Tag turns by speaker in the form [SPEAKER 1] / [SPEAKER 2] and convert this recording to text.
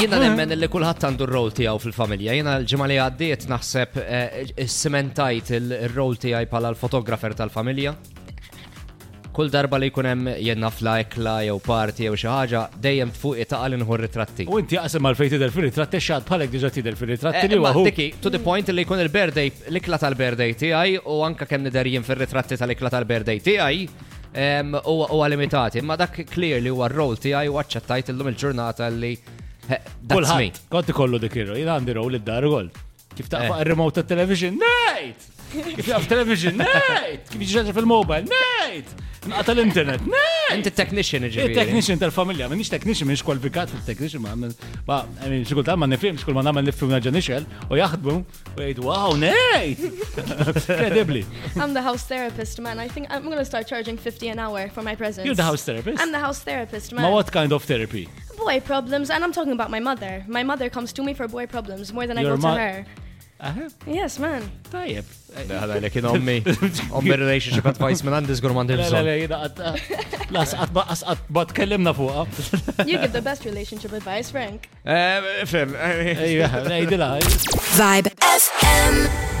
[SPEAKER 1] Jina nemmen li kullħat għandu r-rol tijaw fil-familja. Jina l-ġimma li għaddiet naħseb eh, sementajt il-rol tijaj pala l-fotografer tal-familja. Kull darba li jkunem jenna flajkla jew parti jew xi ħaġa dejjem tfuq itaqal inħur ritratti.
[SPEAKER 2] U inti għasem għal fejti del fil-ritratti xad bħalek diġa tidher fil-ritratti
[SPEAKER 1] Eh,
[SPEAKER 2] li
[SPEAKER 1] ma
[SPEAKER 2] waħu.
[SPEAKER 1] Diki, to the point li jkun il-birthday, l-ikla tal-birthday tiegħi u anka kemm nidher jien fir-ritratti tal-ikla tal-birthday tiegħi em, huwa huwa limitati, imma dak clearly huwa r-rol tiegħi u aċċettajt illum il-ġurnata li eh, that's me. Eh.
[SPEAKER 2] Kulħadd, kont ikollu dik ir-rol, jien għandi roll id-dar ukoll. Kif taqfa ir-remote tat-television, nejt! Kif jaqf television, nejt! Kif jiġi fil-mobile, nejt! Naqta l-internet, nejt!
[SPEAKER 1] Inti technician ġifieri.
[SPEAKER 2] Il-technician tal-familja, minix technician, minix kwalifikat il-technician, ma għamil, ma għamil, xikul ta' ma nifim, xikul ma namel nifim naġa nixel, u jaħdmu, u jgħidu, wow, nej! Credibli.
[SPEAKER 3] I'm the house therapist, man. I think I'm going to start charging 50 an hour for my presence.
[SPEAKER 2] You're the house therapist?
[SPEAKER 3] I'm the house therapist, man.
[SPEAKER 2] Ma what kind of therapy?
[SPEAKER 3] Boy problems, and I'm talking about my mother. My mother comes to me for boy problems more than
[SPEAKER 2] Your
[SPEAKER 3] I go
[SPEAKER 2] mo-
[SPEAKER 3] to her.
[SPEAKER 2] Aha,
[SPEAKER 3] Yes, man.
[SPEAKER 2] tajjeb.
[SPEAKER 1] Ħala li kien ommi, ommi relationship advice minn għandis gurman
[SPEAKER 2] Le, le,
[SPEAKER 1] dilżon.
[SPEAKER 2] le, jina għatta. La, saqat ba, saqat ba, tkellimna fuqa.
[SPEAKER 3] You give the best relationship
[SPEAKER 1] Eh,
[SPEAKER 3] advice, Frank.
[SPEAKER 1] Fem,
[SPEAKER 2] أيوة، Ejja, nejdila.
[SPEAKER 4] Vibe FM.